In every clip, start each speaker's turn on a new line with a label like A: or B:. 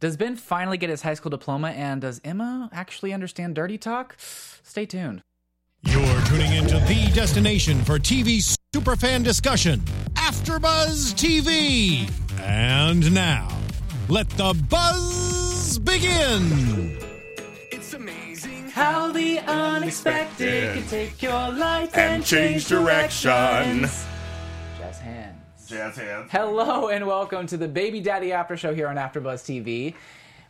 A: Does Ben finally get his high school diploma, and does Emma actually understand dirty talk? Stay tuned.
B: You're tuning into the destination for TV superfan discussion, AfterBuzz TV. And now, let the buzz begin.
C: It's amazing.
A: How the unexpected
C: can
A: take your life
C: And and change change direction. directions.
A: Jazz hands.
C: Jazz hands.
A: Hello and welcome to the Baby Daddy After Show here on AfterBuzz TV.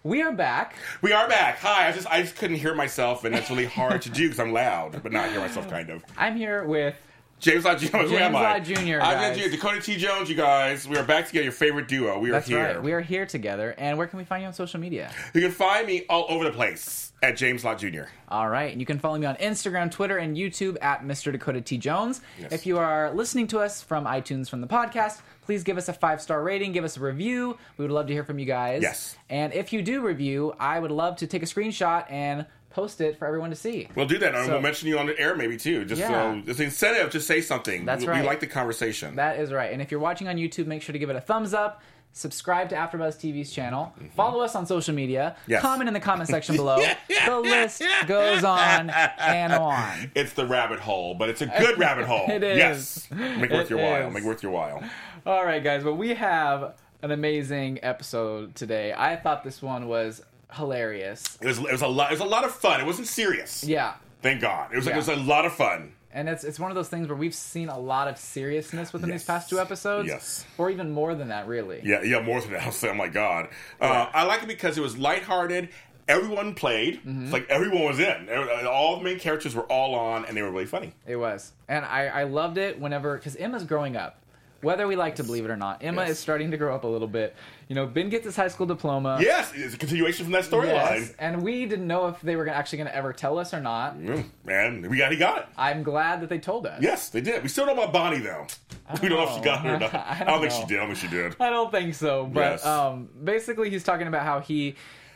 A: We are back.
C: We are back. Hi. I just I just couldn't hear myself, and that's really hard to do because I'm loud, but not hear myself. Kind of.
A: I'm here with
C: James Lott Jones. who
A: James
C: am I?
A: Lott Jr.,
C: I'm
A: guys.
C: Jr. Dakota T. Jones. You guys. We are back together. Your favorite duo. We are
A: that's
C: here.
A: right. We are here together. And where can we find you on social media?
C: You can find me all over the place at James Lott Jr.
A: All right. And you can follow me on Instagram, Twitter, and YouTube at Mr. Dakota T. Jones.
C: Yes.
A: If you are listening to us from iTunes from the podcast, please give us a five star rating, give us a review. We would love to hear from you guys.
C: Yes.
A: And if you do review, I would love to take a screenshot and post it for everyone to see.
C: We'll do that, and
A: So-
C: we'll mention you on the air maybe too. Just
A: Yeah.
C: so it's an incentive to say something.
A: That's
C: we,
A: right.
C: We like the conversation.
A: That is right. And if you're watching on YouTube, make sure to give it a thumbs up. Subscribe to AfterBuzz TV's channel. Follow us on social media.
C: Mm-hmm. Yes.
A: Comment in the comment section below. the list goes on and on.
C: it's the rabbit hole, but it's a good rabbit hole.
A: It is.
C: Yes. Make it worth
A: It
C: your while.
A: is.
C: Make it worth your while.
A: All right, guys. Well, we have an amazing episode today. I thought this one was hilarious.
C: It was it was a lot. It was a lot of fun. It wasn't serious.
A: Yeah.
C: Thank God. It was like
A: Yeah.
C: it was a lot of fun.
A: And it's it's one of those things where we've seen a lot of seriousness within
C: Yes.
A: these past two episodes.
C: Yes.
A: Or even more than that, really.
C: Yeah, yeah, more than that. I'll say, oh my God. Uh, I like it because it was lighthearted. Everyone played.
A: Mm-hmm.
C: It's like everyone was in. Every- All the main characters were all on, and they were really funny.
A: It was. And I, I loved it whenever, because Emma's growing up. Whether we like to believe it or not, Emma
C: Yes.
A: is starting to grow up a little bit. You know, Ben gets his high school diploma.
C: Yes, it's a continuation from that
A: Yes,
C: storyline.
A: and we didn't know if they were gonna, actually going to ever tell us or not.
C: Mm, And we got, he got it.
A: I'm glad that they told us.
C: Yes, they did. We still don't know about Bonnie, though. We don't know if she got it or not.
A: Oh. I
C: I don't,
A: don't
C: think
A: know.
C: she did. I don't think she did.
A: I don't think so. But
C: Yes.
A: um, basically, he's talking about how he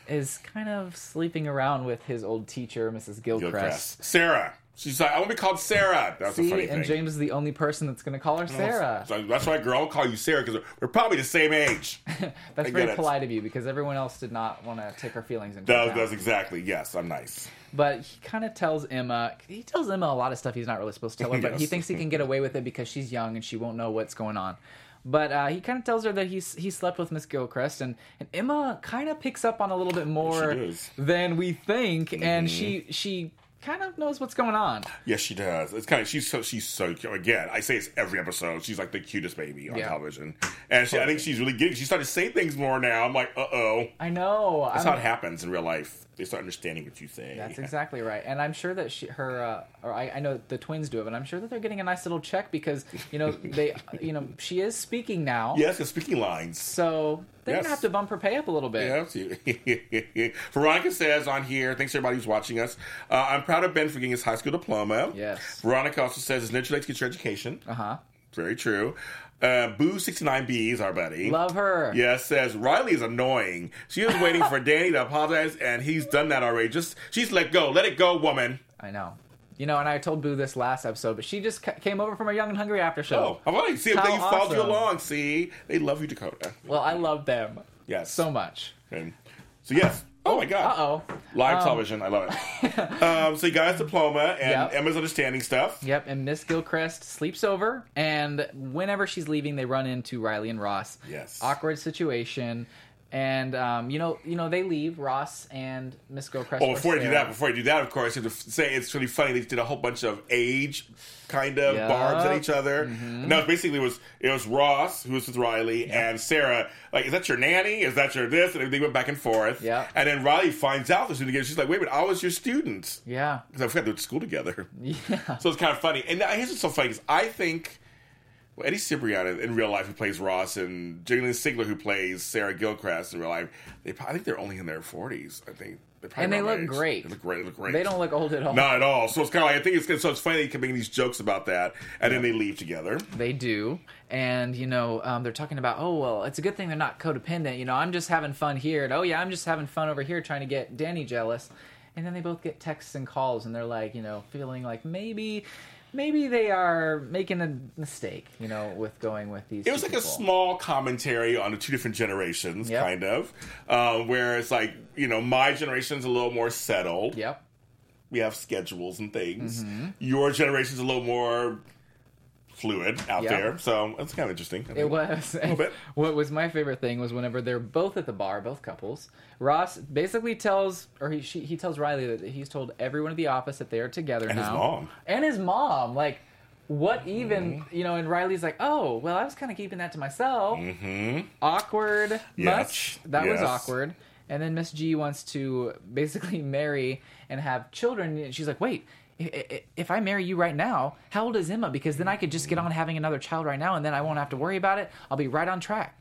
A: is kind of sleeping around with his old teacher, Mrs. Gilchrist.
C: Gilchrist. Sarah. She's like, I want to be called Sarah. That's a funny
A: See,
C: thing.
A: and James is the only person that's going to call her Sarah.
C: So that's why, girl, I'll call you Sarah because we're probably the same age.
A: That's
C: I get
A: very
C: it.
A: polite of you because everyone else did not want to take her feelings into
C: That,
A: account.
C: That's exactly. Yes, I'm nice.
A: But he kind of tells Emma. He tells Emma a lot of stuff he's not really supposed to tell her, but he
C: Yes.
A: thinks he can get away with it because she's young and she won't know what's going on. But uh, he kind of tells her that he's he slept with Miss Gilchrist, and, and Emma kind of picks up on a little bit more
C: She does. Mm-hmm.
A: than we think, and she she kind of knows what's going on.
C: Yes, she does. It's kind of she's so she's so cute. Again, I say it's every episode. She's like the cutest baby on
A: Yeah.
C: television, and she, I think she's really getting. She started to say things more now. I'm like, uh oh,
A: I know.
C: that's
A: I'm-
C: how it happens in real life. They start understanding what you say.
A: That's exactly right, and I'm sure that she, her, uh, or I, I know the twins do it, but I'm sure that they're getting a nice little check because you know they, you know, she is speaking now,
C: Yes, the speaking lines.
A: so they're gonna
C: Yes.
A: have to bump her pay up a little bit.
C: Yeah, she- Veronica says on here, thanks to everybody who's watching us. Uh, I'm proud of Ben for getting his high school diploma.
A: Yes.
C: Veronica also says it's natural to get your education.
A: Uh huh.
C: Very true. Uh, Boo 69B is our buddy.
A: Love her.
C: Yes, says Riley is annoying. She is waiting for Danny to apologize, and he's done that already. Just she's let go, let it go, woman.
A: I know. You know, and I told Boo this last episode, but she just ca- came over from her Young and Hungry after
C: Oh,
A: show.
C: I've already see if
A: How
C: they followed you
A: awesome.
C: along. See, they love you, Dakota.
A: Well, I love them
C: Yes.
A: so much.
C: And- so yes. Oh, my
A: Uh
C: God.
A: oh.
C: Live television, I love it. um, so you got his diploma and
A: Yep.
C: Emma's understanding stuff.
A: Yep, and Miss Gilchrist sleeps over, and whenever she's leaving, they run into Riley and Ross.
C: Yes.
A: Awkward situation. And um, you know, you know, they leave Ross and Miss Gilchrist.
C: Oh,
A: are
C: before you do
A: there.
C: that, before you do that, of course, you have to f- say it's really funny. They did a whole bunch of age kind of
A: Yup.
C: barbs at each other. No, it basically was it was Ross who was with Riley and Sarah. Like, is that your nanny? Is that your this? And they went back and forth.
A: Yup.
C: And then Riley finds out the student again. She's like, wait a minute, I was your student
A: yeah,
C: because I forgot they went to school together.
A: yeah,
C: So it's kind of funny. And here's what's so funny because I think well, Eddie Cipriano in real life, who plays Ross, and Jalen Sigler, who plays Sarah Gilchrist in real life, they probably, I think they're only in their 40s. I think. They're probably
A: And they
C: around
A: look
C: my age.
A: great.
C: They look great. They look great.
A: they don't look old at all.
C: Not at all. So it's kind of like, I think it's so it's funny they keep making these jokes about that, and then they leave together.
A: They do, and you know um, they're talking about, oh well, it's a good thing they're not codependent. You know, I'm just having fun here, and oh yeah, I'm just having fun over here trying to get Danny jealous. And then they both get texts and calls, and they're like, you know, feeling like maybe maybe they are making a mistake, you know, with going with these.
C: It was
A: two
C: like a
A: people.
C: small commentary on the two different generations,
A: Yep.
C: kind of, uh, where it's like you know my generation's a little more settled.
A: Yep.
C: We have schedules and things. Your generation's a little more fluid out
A: Yep.
C: there, so it's kind of interesting. I
A: It
C: think.
A: was.
C: bit.
A: What was my favorite thing was whenever they're both at the bar, both couples. Ross basically tells, or he she, he tells Riley that he's told everyone at the office that they are together
C: And
A: now.
C: his mom. Mm-hmm.
A: And his mom, like. What even you know? And Riley's like, "Oh, well, I was kind of keeping that to myself." Mm-hmm. Awkward,
C: Yes.
A: much. That was
C: Yes.
A: awkward. And then Miss G wants to basically marry and have children. And she's like, "Wait, i- i- if I marry you right now, how old is Emma? Because then I could just get on having another child right now, and then I won't have to worry about it. I'll be right on track."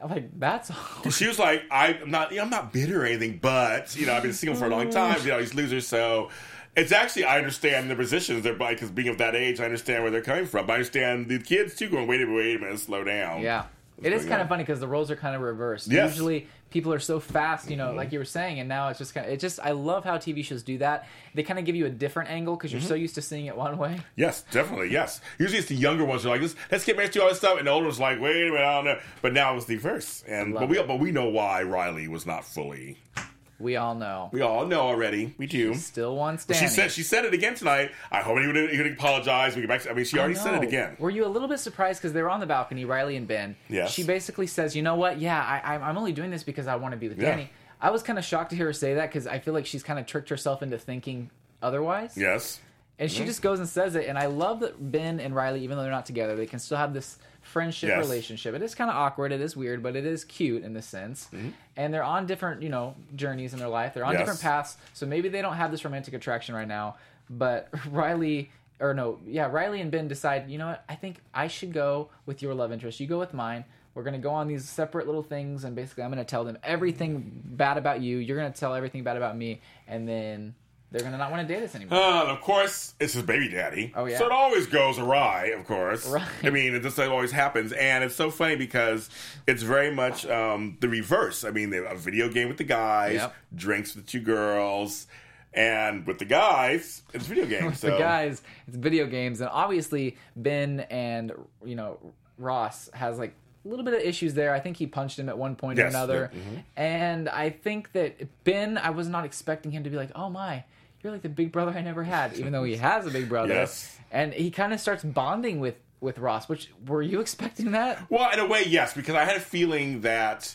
A: I'm like, "That's all."
C: She was like, I, am not, you know, I'm not bitter or anything, but you know, I've been single for a
A: Mm.
C: long time. You know, these losers. So it's actually, I understand the positions they're by because being of that age, I understand where they're coming from. But I understand the kids too going, wait a minute, wait a minute, slow down.
A: Yeah. It is
C: pretty
A: kind
C: good.
A: of funny because the roles are kind of reversed.
C: Yes.
A: Usually people are so fast, you know,
C: Mm-hmm.
A: like you were saying, and now it's just kind of, it just, I love how TV shows do that. They kind of give you a different angle because you're so
C: Mm-hmm.
A: used to seeing it one way.
C: Yes, definitely. Yes. Usually it's the younger ones who are like, let's, let's get back to all this stuff. And the older ones like, wait a minute, I don't know. But now it's the reverse. And,
A: Love
C: but we,
A: it.
C: but we know why Riley was not fully.
A: We all know.
C: We all know already. We do.
A: Still wants
C: But
A: Danny.
C: she said, she said it again tonight. I hope he would, he would apologize. We get back to, I mean, she already said it
A: No.
C: again.
A: Were you a little bit surprised because they were on the balcony, Riley and Ben?
C: Yes.
A: She basically says, "You know what? Yeah, I, I'm- I'm only doing this because I want to be with
C: Yeah.
A: Danny." I was kind of shocked to hear her say that because I feel like she's kind of tricked herself into thinking otherwise.
C: Yes.
A: And
C: Mm-hmm.
A: she just goes and says it. And I love that Ben and Riley, even though they're not together, they can still have this friendship
C: Yes.
A: relationship. It is kind of awkward. It is weird, but it is cute in this sense. And they're on different, you know, journeys in their life. They're on
C: Mm-hmm. Yes.
A: different paths. So maybe they don't have this romantic attraction right now. But Riley, or no, yeah, Riley and Ben decide, you know what? I think I should go with your love interest. You go with mine. We're going to go on these separate little things. And basically, I'm going to tell them everything bad about you. You're going to tell everything bad about me. And then they're going to not want to date us anymore.
C: Uh, and of course, it's his baby daddy.
A: Oh, yeah.
C: So it always goes awry, of course.
A: Right.
C: I mean, it just always happens. And it's so funny because it's very much um, the reverse. I mean, they a video game with the guys,
A: Yep.
C: drinks with the two girls, and with the guys, it's video games. so.
A: the guys it's video games and obviously ben and you know ross has like a little bit of issues there i think he punched him at one point or
C: Yes, Mm-hmm.
A: another
C: yeah,
A: and i think that ben i was not expecting him to be like oh my you're like the big brother i never had even though he has a big brother
C: Yes.
A: and he kind of starts bonding with with ross which were you expecting that
C: Well, in a way, yes, because I had a feeling that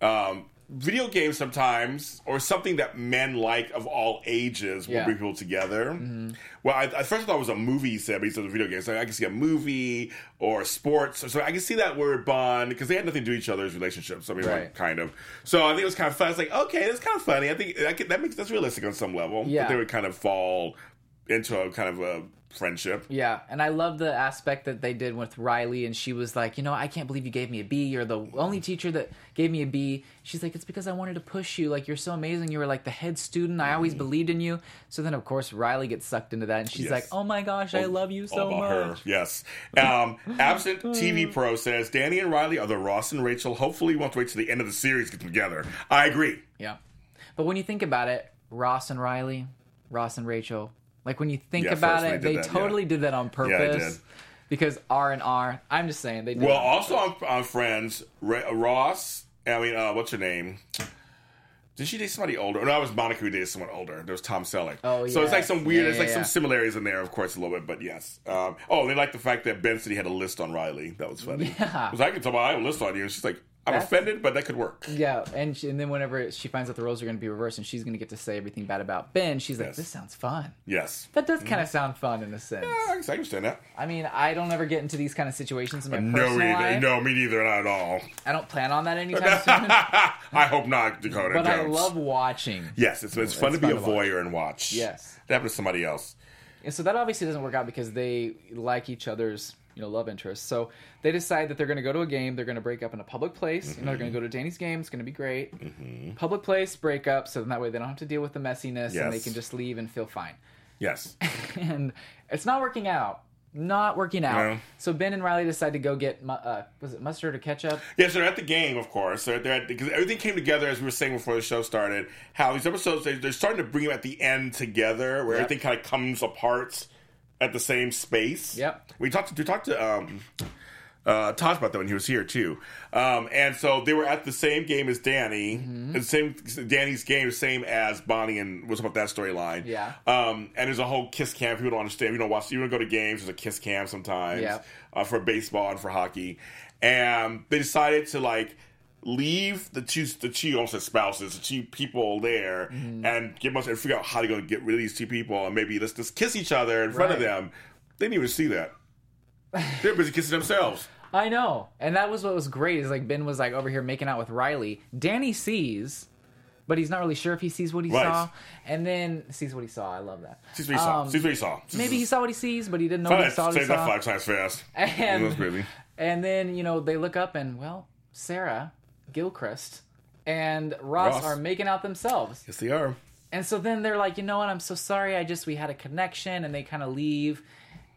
C: um, video games sometimes, or something that men like of all ages, will
A: Yeah. Mm-hmm.
C: bring people together. Well, I, I first thought it was a movie set, but instead of video games, so I can see a movie or sports. So I can see that word bond because they had nothing to do with each other's relationships. I mean,
A: Right.
C: like, kind of. So I think it was kind of fun. It's like okay, that's kind of funny. I think I could, that makes that's realistic on some level.
A: Yeah.
C: that they would kind of fall into a kind of a friendship.
A: Yeah, and I love the aspect that they did with Riley, and she was like, you know, I can't believe you gave me a B. You're the only teacher that gave me a B. She's like, it's because I wanted to push you. Like, you're so amazing. You were like the head student. I always believed in you. So then, of course, Riley gets sucked into that, and she's
C: Mm. Yes.
A: like, oh my gosh, I love you so
C: about
A: much.
C: her. Yes. Um, absent TV Pro says Danny and Riley are the Ross and Rachel. Hopefully, we won't wait till the end of the series to get them together. I agree.
A: Yeah, but when you think about it, Ross and Riley, Ross and Rachel, like when you think
C: Yeah,
A: about
C: first when
A: it,
C: they
A: they
C: did that, yeah.
A: totally did that on purpose.
C: did.
A: Because R and R, I'm just saying they did.
C: Well,
A: that.
C: also on, on Friends, Ra- Ross. I mean, uh, what's her name? Did she date somebody older? No, it was Monica who dated someone older. There was Tom Selleck.
A: Oh,
C: So it's like
A: yes.
C: some weird,
A: Yeah,
C: it's like
A: yeah,
C: some
A: yeah.
C: similarities in there, of course, a little bit, but yes. Um, oh, they like the fact that Ben said he had a list on Riley. That was funny.
A: Yeah.
C: Because I can tell my I have a list on you. And she's like, I'm
A: That's-
C: offended, but that could work.
A: Yeah, and she, and then whenever she finds out the roles are going to be reversed and she's going to get to say everything bad about Ben, she's like,
C: Yes. Mm-hmm.
A: "This sounds fun."
C: Yes.
A: That does kind of sound fun in a sense.
C: I can I can understand that.
A: I mean, I don't ever get into these kind of situations in my
C: No,
A: personal
C: either.
A: life.
C: No, me neither. Not at all.
A: I don't plan on that anytime soon.
C: I hope not, Dakota.
A: But I
C: Jones.
A: love watching.
C: Yes, it's, it's fun
A: It's
C: to be
A: fun
C: a
A: to watch.
C: voyeur and watch.
A: Yes.
C: that happened to somebody else.
A: And so that obviously doesn't work out because they like each other's, you know, love interests. So they decide that they're going to go to a game. They're going to break up in a public place. You know, they're going
C: Mm-hmm.
A: to go to Danny's game. It's going to be great. Public place break up. So then that way they don't have to deal with the messiness and they
C: Yes.
A: can just leave and feel fine.
C: Yes,
A: and it's not working out. Not working out.
C: No.
A: So Ben and Riley decide to go get mu- uh, was it mustard or ketchup?
C: yes, they're at the game, of course. They're, they're at because everything came together as we were saying before the show started. How these episodes they, they're starting to bring them at the end together, where
A: Yep.
C: everything kind of comes apart at the same space.
A: Yep.
C: We talked. We talked to um, uh, Tosh about that when he was here too. Um, and so they were at the same game as Danny,
A: Mm-hmm.
C: the same Danny's game, same as Bonnie and what's about that storyline.
A: Yeah.
C: Um, and there's a whole kiss cam. People don't understand. You don't watch. You don't go to games. There's a kiss cam sometimes.
A: Yep.
C: Uh, for baseball and for hockey, and they decided to like. Leave the two, the two, almost said spouses, the two people there,
A: Mm-hmm.
C: and get much and figure out how to go get rid of these two people, and maybe let's just kiss each other in front of
A: Right.
C: them. They didn't even see that. They're busy kissing themselves.
A: I know. And that was what was great is like Ben was like over here making out with Riley. Danny sees, but he's not really sure if he sees what he
C: Right.
A: saw. And then sees what he saw. I love that.
C: Sees what he saw.
A: Um,
C: Sees what he saw.
A: Maybe he saw what he sees, but he didn't know
C: Say
A: what he saw. What he
C: that
A: saw.
C: five times fast.
A: And-
C: That's crazy.
A: And then, you know, they look up and, well, Sarah, Gilchrist, and Ross,
C: Ross.
A: are making out themselves.
C: Yes, they are.
A: And so then they're like, you know what? I'm so sorry. I just, we had a connection and they kind of leave.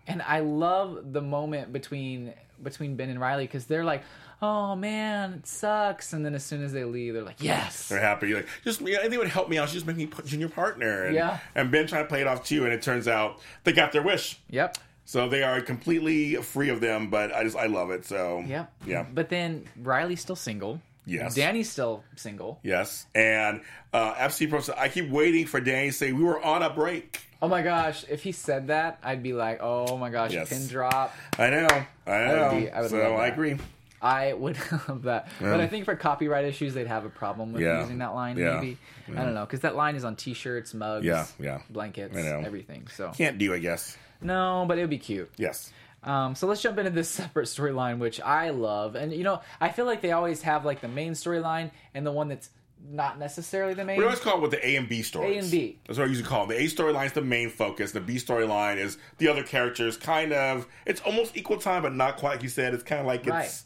A: And I love the moment between between Ben and Riley because they're like, oh man, it sucks. And then as soon as they leave, they're like, yes.
C: They're happy. Like, just yeah, anything would help me out. She just make me put junior partner. And,
A: Yeah.
C: And Ben tried to play it off too, and it turns out they got their wish.
A: Yep.
C: So they are completely free of them. But I just I love it. So
A: Yep.
C: yeah,
A: But then Riley's still single.
C: Yes.
A: Danny's still single.
C: yes. And uh, FC Pro. I keep waiting for Danny to say we were on a break.
A: Oh my gosh. If he said that, I'd be like, oh my gosh,
C: Yes.
A: pin drop.
C: I know. I know.
A: would be- I would
C: so
A: love
C: I
A: that.
C: agree.
A: I would love that. But I think for copyright issues, they'd have a problem with
C: Yeah.
A: using that line,
C: Yeah.
A: maybe. I don't know, because that line is on t shirts, mugs,
C: Yeah, yeah.
A: blankets,
C: I know.
A: everything. So,
C: Can't do. I guess.
A: no, but it would be cute.
C: Yes.
A: Um, so let's jump into this separate storyline, which I love. And, you know, I feel like they always have like the main storyline and the one that's not necessarily the main.
C: We always call it with the A and B stories.
A: A and B.
C: That's what I usually call them. The A storyline is the main focus. The B storyline is the other characters. Kind of, it's almost equal time, but not quite. Like you said, it's kind of like it's
A: Right.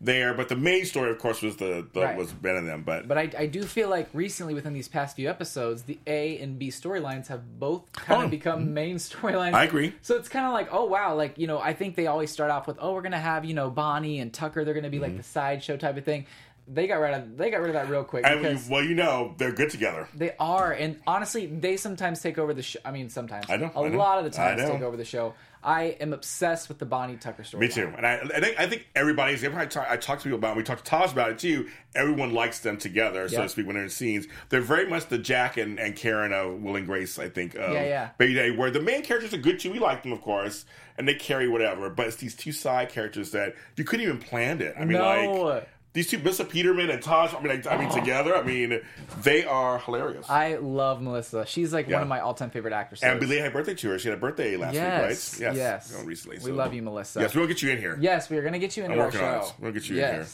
C: there. But the main story, of course, was the, the
A: Right.
C: was Ben and them. But,
A: But I, I do feel like recently, within these past few episodes, the A and B storylines have both kind
C: Oh.
A: of become main storylines.
C: I agree.
A: So it's kind of like, oh wow, like you know, I think they always start off with, oh, we're gonna have you know Bonnie and Tucker, they're gonna be
C: Mm-hmm.
A: like the sideshow type of thing. They got rid of they got rid of that real quick
C: and you,
A: because
C: well, you know, they're good together.
A: they are, and honestly, they sometimes take over the show. I mean, sometimes
C: I know,
A: a
C: I know,
A: lot of the
C: I
A: times
C: know.
A: take over the show. I am obsessed with the Bonnie Tucker story.
C: Me too. And I, I think I think everybody's. Everybody talk, I talk to people about. It, we talk to Taj about it too. Everyone likes them together, so
A: Yeah.
C: to speak, when they're in scenes. They're very much the Jack and, and Karen of Will and Grace. I think. Of
A: Yeah, yeah.
C: Baby Day, where the main characters are good too. We like them, of course, and they carry whatever. But it's these two side characters that you couldn't even plan it. I mean,
A: No. Oh.
C: like these two, Melissa Peterman and Taj. I mean, like, I mean, together. I mean, they are hilarious.
A: I love Melissa. She's like
C: Yeah.
A: one of my all time favorite actresses.
C: and Billy had birthday to her. She had a birthday last
A: Yes,
C: week, right?
A: yes.
C: Oh, recently.
A: We love you, Melissa.
C: Yes, we'll get you in here.
A: Yes, we are going to get you into
C: I'm
A: our
C: working
A: show.
C: on it. We'll get you in
A: here.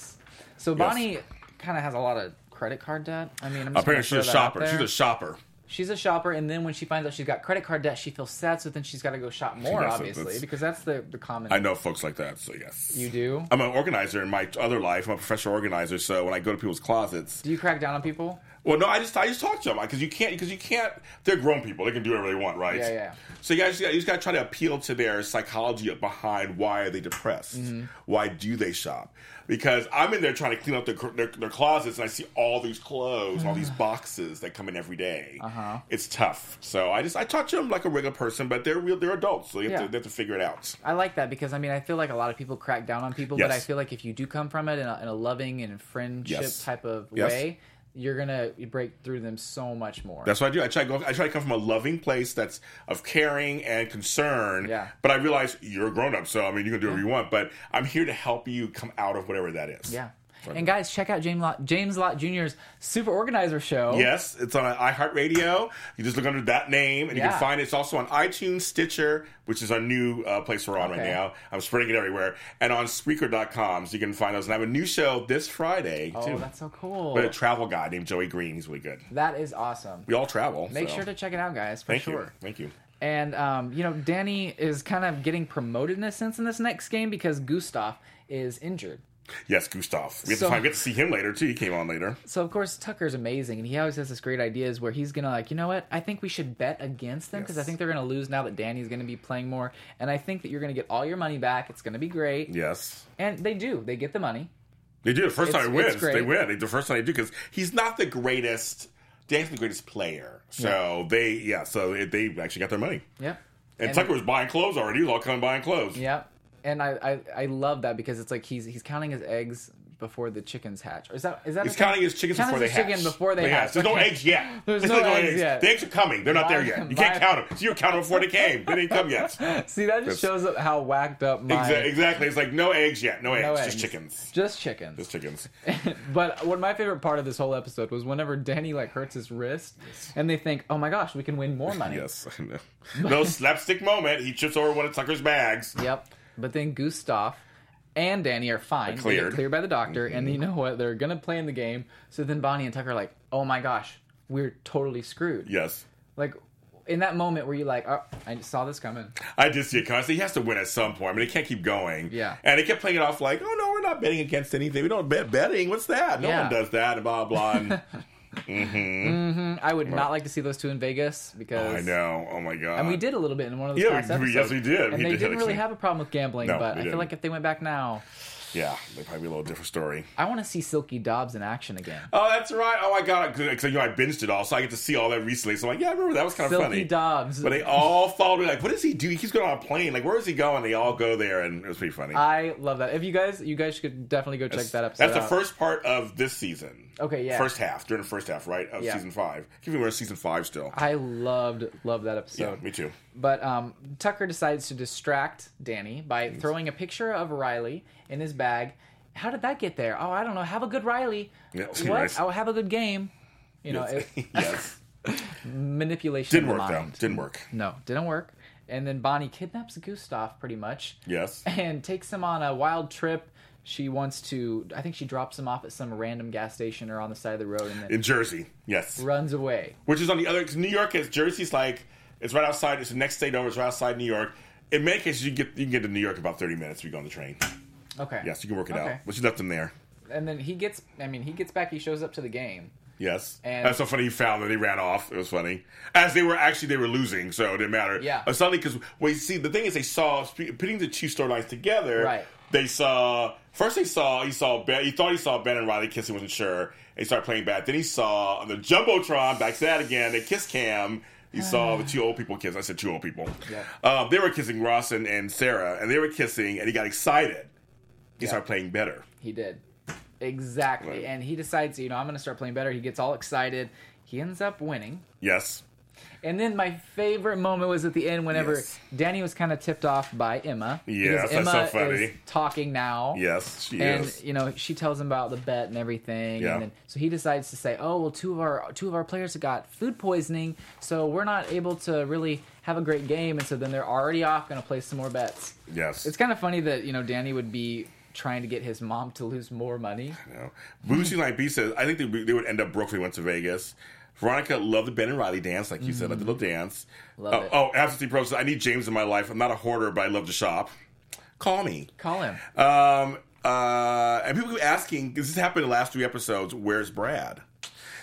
A: So Bonnie kind of has a lot of credit card debt. I mean, I'm just
C: Apparently, she's a shopper. She's
A: shopper.
C: a shopper.
A: she's a shopper, and then when she finds out she's got credit card debt, she feels sad. So then she's got to go shop more,
C: does,
A: obviously,
C: that's-
A: because that's the the common.
C: I know folks like that, so yes.
A: You do.
C: I'm an organizer in my other life. I'm a professional organizer, so when I go to people's closets,
A: Do you crack down on people?
C: well, no, I just I just talk to them because you can't because you can't. They're grown people; they can do whatever they want, right?
A: Yeah, yeah.
C: So you guys, you just got to try to appeal to their psychology behind why are they depressed?
A: Mm-hmm.
C: Why do they shop? Because I'm in there trying to clean up their their, their closets, and I see all these clothes, all these boxes that come in every day.
A: Uh-huh.
C: It's tough. So I just I talk to them like a regular person, but they're real. They're adults, so you have,
A: Yeah.
C: to, they have to figure it out.
A: I like that because I mean I feel like a lot of people crack down on people, but
C: Yes.
A: I feel like if you do come from it in a, in a loving and friendship
C: Yes.
A: type of
C: Yes.
A: way, you're gonna break through them so much more.
C: That's what I do. I try to go. I try to come from a loving place that's of caring and concern.
A: Yeah.
C: But I realize you're a grown up, so I mean you can do whatever you want. But I'm here to help you come out of whatever that is.
A: yeah. And guys, check out James Lot, James Lot Jr.'s Super Organizer Show.
C: Oh. Yes, it's on iHeartRadio. You just look under that name, and you
A: Yeah.
C: can find it. It's also on iTunes, Stitcher, which is our new uh, place we're on right
A: Okay.
C: now. I'm spreading it everywhere, and on Spreaker.com, so you can find us. And I have a new show this Friday
A: Oh,
C: too.
A: that's so cool.
C: with a travel guy named Joey Green. He's really good.
A: That is awesome.
C: We all travel.
A: Make
C: so.
A: sure to check it out, guys, for
C: Thank
A: sure.
C: you. Thank you.
A: And um, you know, Danny is kind of getting promoted in a sense in this next game because Gustav is injured.
C: Yes, Gustav. We have,
A: So-
C: to, find, we have to see him later too. He came on later.
A: So of course Tucker's amazing, and he always has this great ideas where he's gonna like, you know what? I think we should bet against them because I
C: Yes.
A: think they're gonna lose now that Danny's gonna be playing more, and I think that you're gonna get all your money back. It's gonna be great,
C: Yes.
A: and they do. They get the money.
C: They do. The first
A: It's-
C: time he
A: it's
C: wins, they
A: great.
C: win. They- The first time they do because he's not the greatest. Dan's the greatest player. So they, yeah. So it, they actually got their money.
A: Yep.
C: And, Tucker was buying clothes already. He was all kind of buying clothes.
A: Yep. And I, I I love that because it's like he's he's counting his eggs before the chickens hatch. Or is that is that
C: He's
A: a thing?
C: counting his chickens
A: Counting
C: before they
A: his
C: hatch.
A: chicken before they hatch.
C: There's no
A: Okay.
C: eggs yet.
A: There's no eggs yet.
C: The eggs are coming. They're not there
A: My-
C: yet. You
A: my-
C: can't count them. So you're counting before they came. They didn't come yet.
A: See, that just shows up how whacked up my
C: Exa- exactly. It's like no eggs yet. No eggs.
A: no
C: just
A: eggs.
C: chickens.
A: Just chickens.
C: Just chickens.
A: But what my favorite part of this whole episode was whenever Danny like hurts his wrist, and they think, "Oh my gosh, we can win more money."
C: Yes. I know. no slapstick moment. He trips over one of Tucker's bags.
A: Yep. But then Gustav and Danny are fine. They get
C: cleared. Mm-hmm.
A: cleared by the doctor, and you know what? They're gonna play in the game. So then Bonnie and Tucker are like, "Oh my gosh, we're totally screwed."
C: Yes.
A: Like in that moment where you like, oh, "I saw this coming."
C: I did see it coming. I said, He has to win at some point. I mean, he can't keep going.
A: Yeah.
C: And he kept playing it off like, oh, no, we're not betting against anything. We don't bet betting. What's that? No
A: Yeah.
C: one does that. and Blah, blah. And
A: I would not like to see those two in Vegas because
C: I know. Oh, my God.
A: And we did a little bit in one of those
C: Yeah,
A: past
C: we- we-
A: episodes.
C: yes, we did.
A: And
C: We
A: they
C: did,
A: didn't really
C: actually.
A: have a problem with gambling,
C: No,
A: but
C: we
A: I feel
C: didn't.
A: like if they went back now,
C: Yeah. They'd probably be a little different story.
A: I want to see Silky Dobbs in action again.
C: Oh, that's right. Oh, I got it. Because, you know, I binged it all, so I get to see all that recently. So I'm like, yeah, I remember that was kind of
A: Silky
C: Uh, funny.
A: Dobbs.
C: But they all followed me. Like, what does he do? He keeps going on a plane. Like, where is he going? They all go there, and it was pretty funny.
A: I love that. If you guys, you guys should definitely go check that episode.
C: That's the
A: out.
C: first part of this season.
A: Okay, yeah.
C: First half during the first half, right? Of
A: Yeah.
C: season five. I think we're in season five still.
A: I loved loved that
C: yeah,
A: episode.
C: me too.
A: But um, Tucker decides to distract Danny by throwing a picture of Riley in his bag. How did that get there? Oh, I don't know. Have a good Riley.
C: Yeah,
A: what?
C: nice.
A: Oh, have a good game. You know, it,
C: yes.
A: manipulation.
C: Didn't
A: of the
C: work though.
A: mind.
C: Didn't work.
A: No, didn't work. And then Bonnie kidnaps Gustav pretty much
C: Yes.
A: and takes him on a wild trip. She wants to, I think she drops him off at some random gas station or on the side of the road and then
C: In Jersey. Yes.
A: runs away.
C: Which is on the other because New York is Jersey's like it's right outside, it's the next state over, it's right outside New York. In many cases you get you can get to New York in about thirty minutes if you go on the train.
A: Okay.
C: Yes, you can work it
A: Okay.
C: out. But you left him there.
A: And then he gets, I mean, he gets back, he shows up to the game.
C: Yes.
A: And-
C: That's so funny. He found that he ran off. It was funny. As they were actually, they were losing, so it didn't matter.
A: Yeah.
C: Uh, suddenly, because we see the thing is, they saw sp- putting the two storylines together.
A: Right.
C: They saw first. They saw he saw Ben. He thought he saw Ben and Riley kissing. Wasn't sure. He started playing bad. Then he saw on the jumbotron. Back to that again. They kiss cam. He saw the two old people kiss. I said two old people.
A: Yeah.
C: Um, they were kissing Ross and, and Sarah, and they were kissing, and he got excited. He
A: Yeah.
C: started playing better.
A: He did. Exactly.
C: Right.
A: And he decides, you know, I'm going to start playing better. He gets all excited. He ends up winning.
C: Yes.
A: And then my favorite moment was at the end whenever
C: Yes.
A: Danny was kind of tipped off by Emma.
C: Yes,
A: because
C: that's so
A: Emma
C: funny.
A: Is talking now.
C: Yes. She
A: and
C: is.
A: you know she tells him about the bet and everything
C: Yeah.
A: and then so he decides to say oh well two of our two of our players got food poisoning so we're not able to really have a great game and so then they're already off going to play some more bets
C: Yes.
A: it's kind of funny that you know danny would be trying to get his mom to lose more money
C: You know, Bougie Like B says, I think they, they would end up broke if they went to Vegas. Veronica loved the Ben and Riley dance, like you said, like the little dance.
A: Mm-hmm. Love
C: oh,
A: it.
C: oh, absolutely pro says, I need James in my life. I'm not a hoarder, but I love to shop. Call me.
A: call him
C: Um, uh, and people keep asking, because this happened in the last three episodes, where's Brad?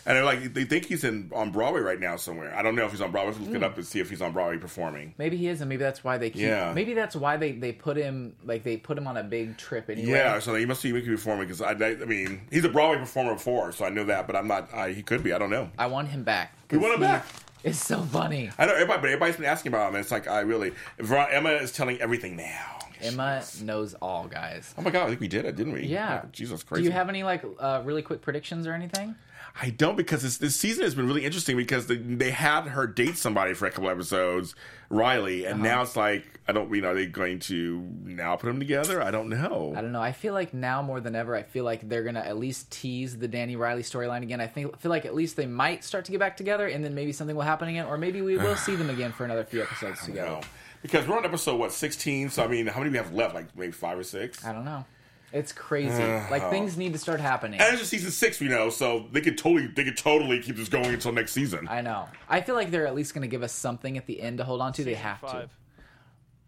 C: And they're like, they think he's in on Broadway right now somewhere. I don't know if he's on Broadway. Let's look
A: Hmm.
C: it up and see if he's on Broadway performing.
A: maybe he is and maybe that's why they keep
C: Yeah.
A: maybe that's why they they put him like they put him on a big trip anyway
C: Yeah, so he must be he could be performing because I, I, I mean, he's a Broadway performer before, so I know that, but I'm not. I, he could be. I don't know.
A: i want him back
C: We want him
A: He
C: back.
A: is so funny
C: I know everybody, but everybody's been asking about him. And it's like I really Ver- Emma is telling everything now.
A: emma knows all guys
C: Oh my god, I think we did it, didn't we?
A: yeah
C: Oh, Jesus Christ.
A: do you have any like uh, really quick predictions or anything
C: I don't because this, this season has been really interesting because they, they had her date somebody for a couple episodes, Riley,
A: Uh-huh.
C: and now it's like I don't. You know, are they going to now put them together? I don't know.
A: I don't know. I feel like now more than ever, I feel like they're gonna at least tease the Danny Riley storyline again. I think feel like at least they might start to get back together, and then maybe something will happen again, or maybe we will see them again for another few episodes
C: You
A: together.
C: know, because we're on episode what sixteen. So I mean, how many do we have left? Like maybe five or six.
A: I don't know. It's crazy. like things need to start happening.
C: And it's just season six, we know. So they could totally, they could totally keep this going until next season.
A: I know. I feel like they're at least gonna give us something at the end to hold on to. They
D: Season
A: have to.
D: five.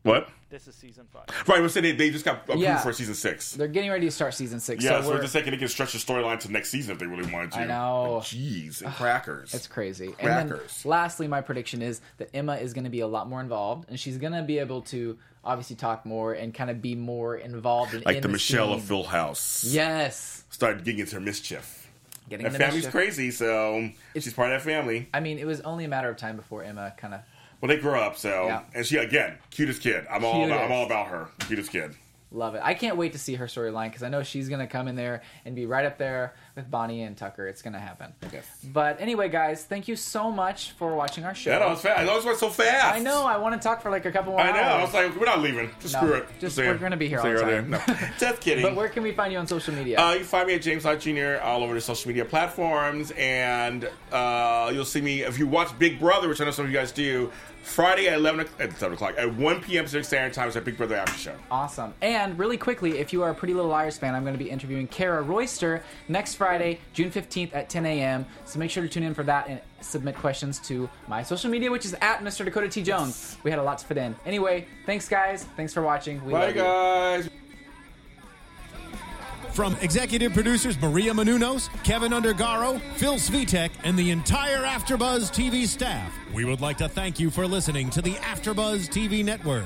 C: what?
D: This is season five.
C: Right, we're saying they, they just got approved
A: Yeah.
C: for season six.
A: They're getting ready to start season six.
C: Yeah, so,
A: so we're,
C: we're just thinking they can stretch the storyline to next season if they really wanted to.
A: I know.
C: Like, Jeez, and crackers.
A: It's crazy. And then
C: Crackers.
A: lastly, my prediction is that Emma is going to be a lot more involved, and she's going to be able to obviously talk more and kind of be more involved. In,
C: like
A: in
C: the Michelle
A: scene.
C: of Full House.
A: Yes,
C: Started getting into her mischief.
A: getting
C: That
A: into
C: family's
A: mischief.
C: crazy, so she's part of that family.
A: I mean, it was only a matter of time before Emma kind of
C: Well, they grow up, so
A: Yeah.
C: and she again, cutest kid. I'm all about, I'm
A: Cutest.
C: all about her, cutest kid.
A: Love it. I can't wait to see her storyline because I know she's going to come in there and be right up there with Bonnie and Tucker. It's going to happen.
C: Yes.
A: But anyway, guys, thank you so much for watching our show.
C: That was fast. That always went so fast.
A: I know. I want to talk for like a couple more
C: I know. I
A: hours.
C: was like, we're not leaving. Just
A: No,
C: screw it.
A: just-
C: see
A: we're
C: ya.
A: gonna be here
C: See
A: all the
C: ya
A: time.
C: there. No, just kidding.
A: but where can we find you on social media?
C: Uh, you can find me at James Lott Jr. all over the social media platforms, and uh, you'll see me if you watch Big Brother, which I know some of you guys do. Friday at eleven o'clock, at seven o'clock at one p.m. Pacific Standard Time is at Big Brother After Show.
A: Awesome. And really quickly, if you are a Pretty Little Liars fan, I'm going to be interviewing Kara Royster next Friday, June 15th at 10 a.m. So make sure to tune in for that and submit questions to my social media, which is at Mr. Dakota T. Jones. We had a lot to fit in. Anyway, thanks, guys. Thanks for watching. We
C: Bye,
A: love you.
C: guys.
B: From executive producers Maria Manunos, Kevin Undergaro, Phil Svitek, and the entire AfterBuzz TV staff, we would like to thank you for listening to the AfterBuzz TV network.